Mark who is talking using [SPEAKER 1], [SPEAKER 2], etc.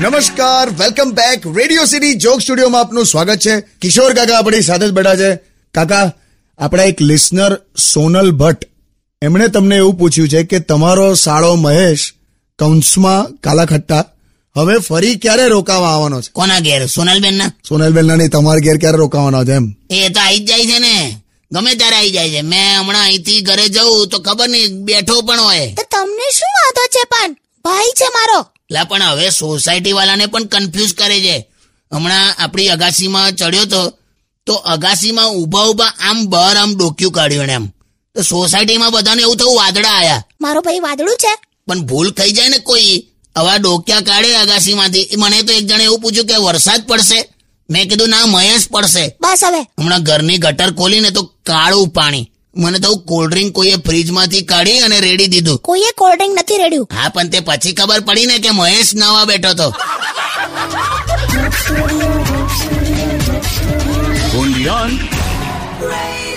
[SPEAKER 1] નમસ્કાર welcome back Radio City joke સ્ટુડિયોમાં આપનું સ્વાગત છે કિશોર કાકા આપણી સાથે જ બેઠા છે કાકા આપણા એક લિસનર સોનલ ભટ્ટ એમણે તમને એવું પૂછ્યું છે કે તમારો સાળો મહેશ કૌંસમાં કાલાખટ્ટા હવે ફરી ક્યારે રોકાવા આવવાનો છે
[SPEAKER 2] કોના ઘેર સોનલબેન ના
[SPEAKER 1] સોનલ બેલના નહીં તમારા ઘેર ક્યારે રોકાવાનો છે એમ
[SPEAKER 2] એ તો આવી જ જાય છે ને ગમે ત્યારે આવી જાય છે મેં હમણાં અહીંથી ઘરે જઉં તો ખબર નહીં બેઠો પણ હોય
[SPEAKER 3] તો તમને શું વાંધો છે પણ ભાઈ છે મારો
[SPEAKER 2] લા પણ હવે સોસાયટી વાળાને પણ કન્ફ્યુઝ કરે છે હમણાં આપણી અગાસીમાં ચડ્યો તો તો અગાસીમાં ઊભા ઊભા આમ બહાર આમ ડોક્યું કાઢ્યું એણે એમ તો સોસાયટીમાં બધાને એવું થયું વાદળા આયા
[SPEAKER 3] મારો ભાઈ વાદળું છે
[SPEAKER 2] પણ ભૂલ થઈ જાય ને કોઈ આવા ડોક્યા કાઢે અગાસીમાંથી એ મને તો એક જણે એવું પૂછ્યું કે વરસાદ પડશે મેં કીધું ના મહેશ પડશે
[SPEAKER 3] બસ હવે
[SPEAKER 2] હમણાં ઘરની ગટર ખોલીને તો કાળું પાણી મને તો કોલ્ડ ડ્રિંક કોઈએ ફ્રીજમાંથી કાઢી અને રેડી દીધું
[SPEAKER 3] કોઈએ કોલ્ડ ડ્રિંક નથી રેડ્યું
[SPEAKER 2] હા પણ તે પછી ખબર પડી ને કે મહેશ નવા બેઠો તો
[SPEAKER 4] only on
[SPEAKER 3] Radio